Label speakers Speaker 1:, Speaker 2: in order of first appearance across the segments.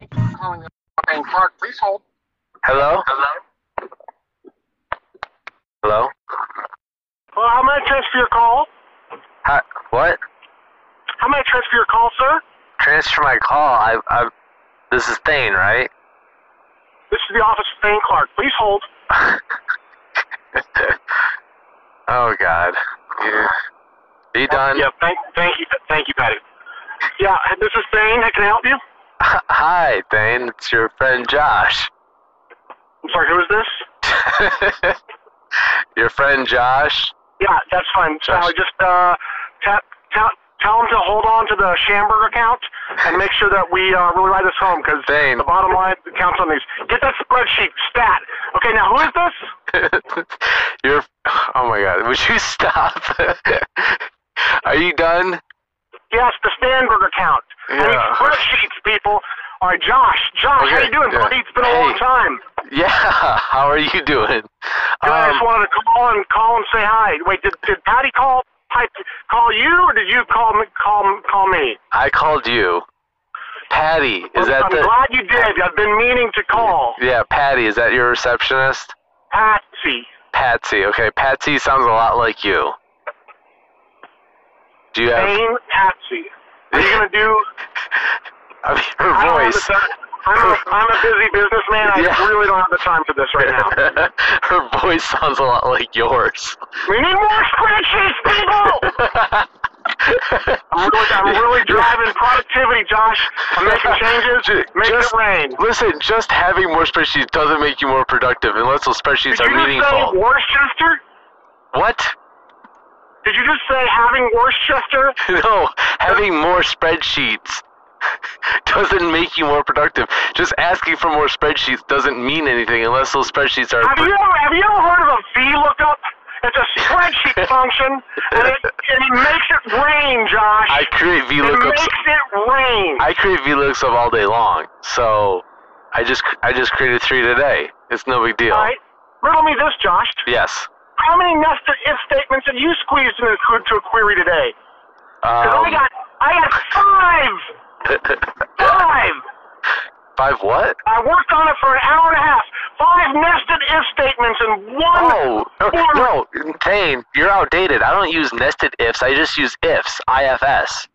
Speaker 1: And Clark, please hold.
Speaker 2: Hello? Hello?
Speaker 1: Well, how may I transfer your call?
Speaker 2: Hi, what?
Speaker 1: How may I transfer your call, sir?
Speaker 2: Transfer my call. I, I, this is Thane, right?
Speaker 1: This is the office of Thane Clark. Please hold.
Speaker 2: oh God. Yeah. Are you done?
Speaker 1: Yeah, thank, thank you, thank you, Patty. Yeah, uh, this is Thane. How can I help you?
Speaker 2: Hi, Thane. It's your friend Josh.
Speaker 1: I'm sorry, who is this?
Speaker 2: your friend Josh.
Speaker 1: Yeah, that's fine. So
Speaker 2: Josh.
Speaker 1: just uh, tap, tap, tell him to hold on to the Schamberg account and make sure that we uh, really ride this home because
Speaker 2: Thane.
Speaker 1: the bottom line counts on these. Get that spreadsheet stat. Okay, now who is this?
Speaker 2: your. Oh my God. Would you stop? Are you done?
Speaker 1: Yes, the Stanberg account. I need
Speaker 2: Yeah.
Speaker 1: spreadsheets, people. All right, Josh. Josh, how
Speaker 2: Okay,
Speaker 1: you doing,
Speaker 2: yeah.
Speaker 1: buddy? It's been a long
Speaker 2: Hey.
Speaker 1: time.
Speaker 2: Yeah. How are you doing?
Speaker 1: Good, I just
Speaker 2: Um,
Speaker 1: wanted to call and call and say hi. Wait, did, did Patty call hi- call you or did you call me call call me?
Speaker 2: I called you. Patty, is that
Speaker 1: I'm
Speaker 2: the?
Speaker 1: glad you did. I've been meaning to call.
Speaker 2: Yeah, Patty. Is that your receptionist?
Speaker 1: Patsy.
Speaker 2: Patsy. Okay, Patsy sounds a lot like you. Do you have?
Speaker 1: Dane Patsy. Are you gonna do
Speaker 2: I mean,
Speaker 1: I don't
Speaker 2: her
Speaker 1: have the
Speaker 2: voice.
Speaker 1: time. I'm a, I'm a busy businessman. I
Speaker 2: Yeah.
Speaker 1: really don't have the time for this right now.
Speaker 2: her voice sounds a lot like yours.
Speaker 1: We need more spreadsheets, people! I'm really, I'm really driving productivity, Josh. I'm making changes,
Speaker 2: Ju-
Speaker 1: making
Speaker 2: just-
Speaker 1: it rain.
Speaker 2: Listen, just having more spreadsheets doesn't make you more productive unless those spreadsheets
Speaker 1: Did
Speaker 2: are
Speaker 1: you just say
Speaker 2: meaningful.
Speaker 1: Worcester?
Speaker 2: What?
Speaker 1: Did you just say having Worcester?
Speaker 2: No, having more spreadsheets doesn't make you more productive. Just asking for more spreadsheets doesn't mean anything unless those spreadsheets are.
Speaker 1: Have you ever, have you ever heard of a VLOOKUP? It's a spreadsheet function, and it, and it makes it rain, Josh.
Speaker 2: I create
Speaker 1: it
Speaker 2: VLOOKUPs.
Speaker 1: makes it rain.
Speaker 2: I create VLOOKUPs all day long. So I just I just created three today. It's no big deal.
Speaker 1: All right, riddle me this, Josh.
Speaker 2: Yes.
Speaker 1: How many nested if statements have you squeezed into to a query today? Because I
Speaker 2: Um,
Speaker 1: got I got five, five.
Speaker 2: five what?
Speaker 1: I worked on it for an hour and a half. Five nested if statements and one.
Speaker 2: Oh no, Tane, you're outdated. I don't use nested ifs. I just use ifs. IFS.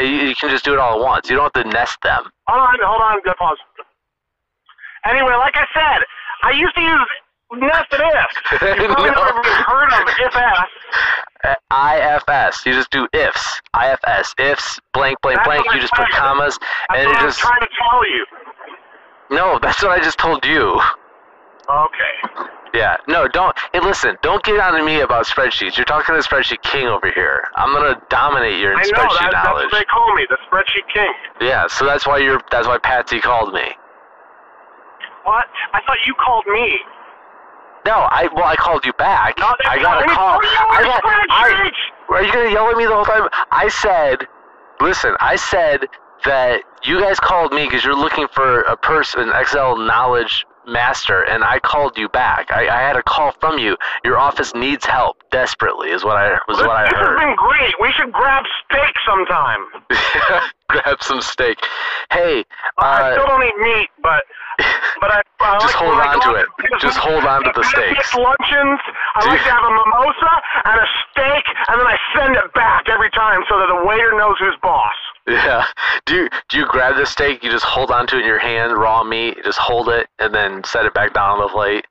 Speaker 2: You, you can just do it all at once. You don't have to nest them.
Speaker 1: Hold on, hold on, good pause. Anyway, like I said, I used to use nested if. You probably
Speaker 2: No.
Speaker 1: never even heard of if s.
Speaker 2: Uh, IFS. You just do ifs. IFS. Ifs. Blank. Blank.
Speaker 1: That's
Speaker 2: blank.
Speaker 1: what
Speaker 2: You
Speaker 1: I
Speaker 2: just put
Speaker 1: said.
Speaker 2: commas,
Speaker 1: That's
Speaker 2: and
Speaker 1: what
Speaker 2: it
Speaker 1: I'm
Speaker 2: just
Speaker 1: trying to tell you.
Speaker 2: no. That's what I just told you.
Speaker 1: Okay.
Speaker 2: Yeah. No. Don't. Hey, listen. Don't get on to me about spreadsheets. You're talking to the spreadsheet king over here. I'm gonna dominate your
Speaker 1: I know
Speaker 2: spreadsheet
Speaker 1: that, that's
Speaker 2: knowledge.
Speaker 1: what they call me, the spreadsheet king.
Speaker 2: Yeah. So that's why you're. That's why Patsy called me.
Speaker 1: What? I thought you called me.
Speaker 2: No, I well, I called you back.
Speaker 1: No, they
Speaker 2: I got a
Speaker 1: called me
Speaker 2: call.
Speaker 1: for your
Speaker 2: I got, I,
Speaker 1: spreadsheet!
Speaker 2: are you gonna yell at me the whole time? I said, listen, I said that you guys called me because you're looking for a person, an Excel knowledge master, and I called you back. I, I had a call from you. Your office needs help desperately, is what I was
Speaker 1: This,
Speaker 2: what I
Speaker 1: this has
Speaker 2: heard.
Speaker 1: been great. We should grab steak sometime.
Speaker 2: Grab some steak. Hey,
Speaker 1: I
Speaker 2: uh,
Speaker 1: still don't eat meat, but but I, I
Speaker 2: Just
Speaker 1: like
Speaker 2: hold
Speaker 1: like
Speaker 2: on to
Speaker 1: lunch-
Speaker 2: it. Just hold on to the
Speaker 1: I
Speaker 2: steaks.
Speaker 1: like luncheons. I
Speaker 2: Do
Speaker 1: like
Speaker 2: you-
Speaker 1: to have a mimosa and a steak, and then I send it back every time so that the waiter knows who's boss.
Speaker 2: Yeah. Do you, do you grab the steak? You just hold onto it in your hand, raw meat. Just hold it and then set it back down on the plate.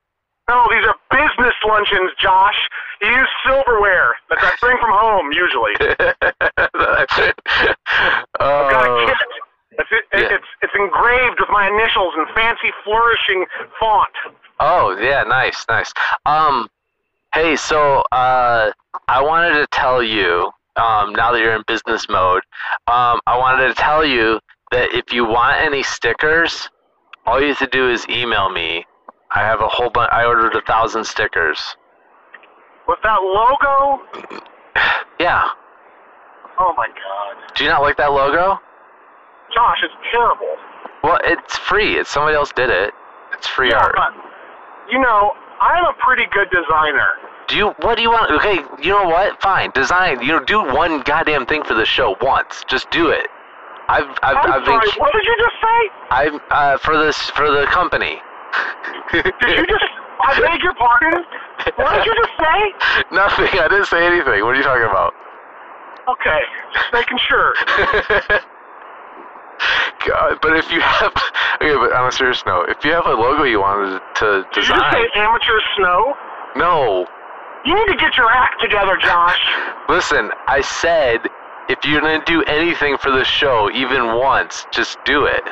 Speaker 1: No, these are business luncheons, Josh. You use silverware that I bring from home usually. Got a
Speaker 2: Oh,
Speaker 1: kit. It's, it,
Speaker 2: Yeah.
Speaker 1: it's it's engraved with my initials in fancy flourishing font.
Speaker 2: oh yeah, nice, nice. Um, hey, so uh, I wanted to tell you, um, now that you're in business mode, um, I wanted to tell you that if you want any stickers, all you have to do is email me. I have a whole bunch. I ordered a thousand stickers.
Speaker 1: With that logo?
Speaker 2: Yeah.
Speaker 1: Oh my god.
Speaker 2: Do you not like that logo?
Speaker 1: Josh, it's terrible.
Speaker 2: Well, it's free. It's somebody else did it. It's free art.
Speaker 1: but, you know, I'm a pretty good designer.
Speaker 2: Do you? What do you want? Okay, you know what? Fine. Design. You know, do one goddamn thing for the show once. Just do it. I've I've
Speaker 1: I'm
Speaker 2: I've
Speaker 1: sorry,
Speaker 2: been
Speaker 1: what did you just say?
Speaker 2: I'm uh, for this for the company.
Speaker 1: Did you just. I beg your pardon? What did you just say?
Speaker 2: Nothing. I didn't say anything. What are you talking about?
Speaker 1: Okay, just making sure.
Speaker 2: God, but if you have okay, but on a serious note, if you have a logo you wanted to
Speaker 1: Did you just
Speaker 2: design,
Speaker 1: say amateur snow?
Speaker 2: no.
Speaker 1: You need to get your act together, Josh.
Speaker 2: Listen, I said if you're gonna do anything for the show, even once, just do it.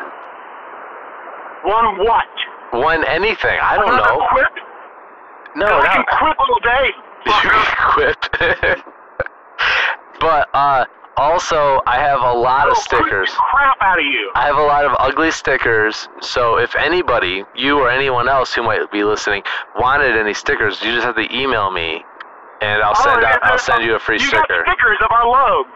Speaker 1: One what?
Speaker 2: One anything. I don't
Speaker 1: Another
Speaker 2: know.
Speaker 1: Quip?
Speaker 2: Oh, No,
Speaker 1: I
Speaker 2: no.
Speaker 1: can quip all day.
Speaker 2: you quit. but uh, also, I have a lot
Speaker 1: I'll
Speaker 2: of
Speaker 1: quip
Speaker 2: stickers.
Speaker 1: the crap out of you.
Speaker 2: I have a lot of ugly stickers, so if anybody, you or anyone else who might be listening, wanted any stickers, you just have to email me, and I'll send out, I'll send you a free
Speaker 1: Oh, you
Speaker 2: sticker.
Speaker 1: got stickers of our logos.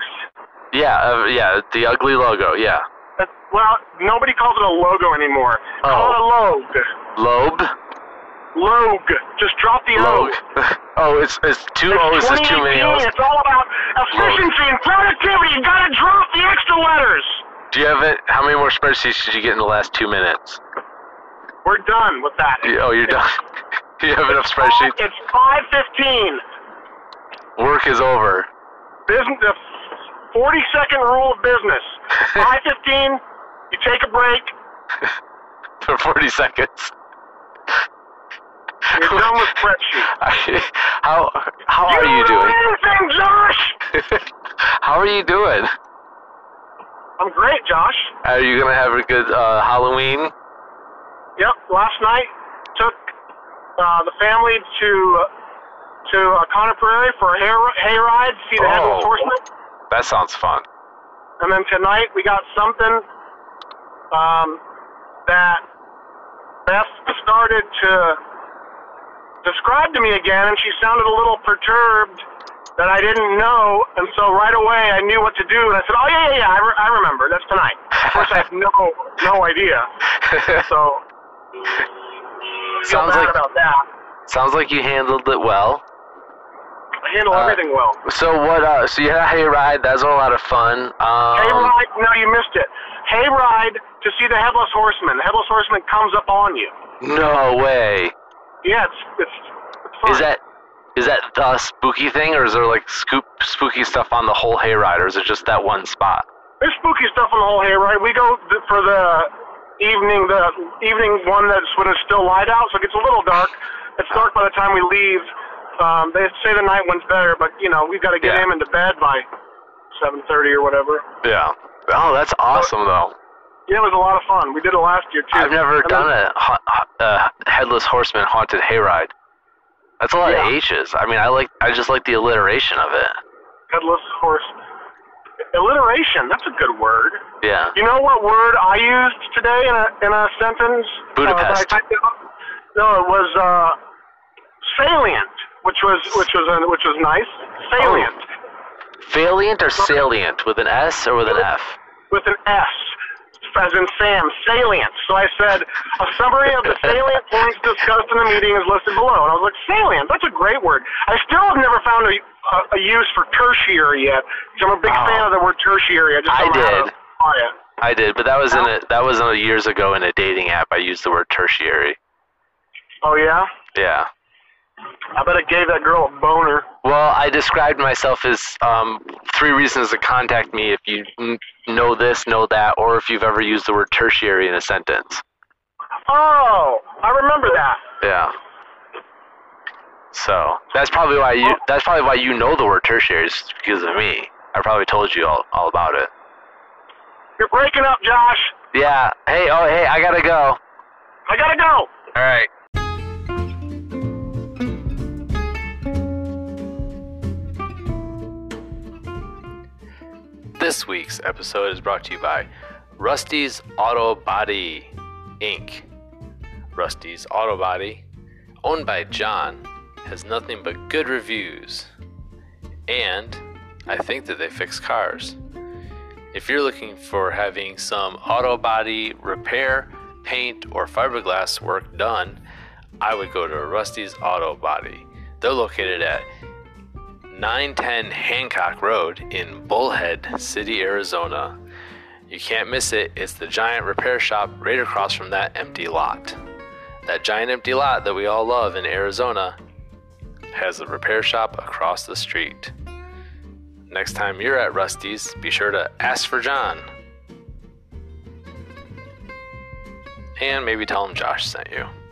Speaker 2: Yeah, uh, yeah, the ugly logo, yeah.
Speaker 1: That's- Uh, Well, nobody calls it a logo anymore.
Speaker 2: Oh.
Speaker 1: Call it
Speaker 2: Lobe,
Speaker 1: a log. Log. Just drop the O.
Speaker 2: log. oh, it's it's two O's,
Speaker 1: It's
Speaker 2: it's too many O's.
Speaker 1: 2018. It's all about efficiency and productivity. You gotta drop the extra letters.
Speaker 2: Do you have it? How many more spreadsheets did you get in the last two minutes?
Speaker 1: We're done with that.
Speaker 2: You- Oh, you're done. you have enough spreadsheets.
Speaker 1: It's 515.
Speaker 2: Work is over.
Speaker 1: business the 40 second rule of business 515 you take a break
Speaker 2: for 40 seconds.
Speaker 1: you're done with spreadsheet
Speaker 2: how how are
Speaker 1: you
Speaker 2: you
Speaker 1: don't know
Speaker 2: doing?
Speaker 1: anything josh
Speaker 2: how are you doing?
Speaker 1: i'm great josh
Speaker 2: Are you gonna have a good uh, Halloween?
Speaker 1: yep last night took uh, the family to to uh, Conner Prairie for a hair, hay ride see the
Speaker 2: Oh.
Speaker 1: headless horseman
Speaker 2: That sounds fun.
Speaker 1: and then tonight we got something um, that Beth started to describe to me again, and she sounded a little perturbed that I didn't know, and so right away I knew what to do, and I said, "Oh yeah, yeah, yeah, I, re- I remember. That's tonight." Of course, I have no no idea, so feel
Speaker 2: sounds
Speaker 1: bad
Speaker 2: like
Speaker 1: about that.
Speaker 2: sounds like you handled it well.
Speaker 1: I handle
Speaker 2: uh,
Speaker 1: everything well.
Speaker 2: So what? Uh, so you had a hayride. That was a lot of fun. Um,
Speaker 1: Hayride? No, you missed it. Hayride to see the headless horseman. The headless horseman comes up on you.
Speaker 2: no way.
Speaker 1: Yeah, it's it's. it's fun.
Speaker 2: Is that is that the spooky thing, or is there like scoop spooky stuff on the whole hayride, or is it just that one spot?
Speaker 1: There's spooky stuff on the whole hay, right? We go th- for the evening, the evening one that's when it's still light out, so it gets a little dark. It's dark by the time we leave. Um, they say the night one's better, but you know we've got to get
Speaker 2: Yeah.
Speaker 1: him into bed by 7:30 or whatever.
Speaker 2: Yeah. Oh, that's awesome though.
Speaker 1: Yeah, it was a lot of fun. We did it last year too.
Speaker 2: I've never done a, ha- ha- a headless horseman haunted hayride. That's a lot of
Speaker 1: Yeah.
Speaker 2: H's. I mean, I like I just like the alliteration of it.
Speaker 1: Headless horse. Alliteration. That's a good word.
Speaker 2: Yeah.
Speaker 1: You know what word I used today in a, in a sentence?
Speaker 2: Budapest.
Speaker 1: Uh, that I typed out? no, it was uh, salient, which was which was uh, which was nice. Salient
Speaker 2: Oh. Valiant or salient with an S or with an F?
Speaker 1: with an S, as in Sam. Salient. So I said a summary of the salient points discussed in the meeting is listed below, and I was like, salient. That's a great word. I still have never found a, a, a use for tertiary yet. So I'm a big
Speaker 2: Oh.
Speaker 1: fan of the word tertiary. I just
Speaker 2: I
Speaker 1: don't know how
Speaker 2: did.
Speaker 1: to apply it.
Speaker 2: I did, but that was in a that was in a years ago in a dating app. I used the word tertiary.
Speaker 1: Oh yeah.
Speaker 2: Yeah.
Speaker 1: I bet it gave that girl a boner.
Speaker 2: Well, I described myself as um, three reasons to contact me if you n- know this, know that, or if you've ever used the word tertiary in a sentence.
Speaker 1: Oh, I remember that.
Speaker 2: Yeah. So that's probably why you that's probably why you know the word tertiary is because of me. I probably told you all, all about it.
Speaker 1: You're breaking up, Josh.
Speaker 2: Yeah. Hey, oh hey, I gotta go.
Speaker 1: I gotta go.
Speaker 2: Alright. This week's episode is brought to you by Rusty's Auto Body Inc. Rusty's Auto Body, owned by John, has nothing but good reviews. And I think that they fix cars. If you're looking for having some auto body repair, paint, or fiberglass work done, I would go to Rusty's Auto Body. They're located at 910 Hancock Road in Bullhead City, Arizona. You can't miss it. It's the giant repair shop right across from that empty lot. That giant empty lot that we all love in Arizona has a repair shop across the street. Next time you're at Rusty's, be sure to ask for John. And maybe tell him Josh sent you.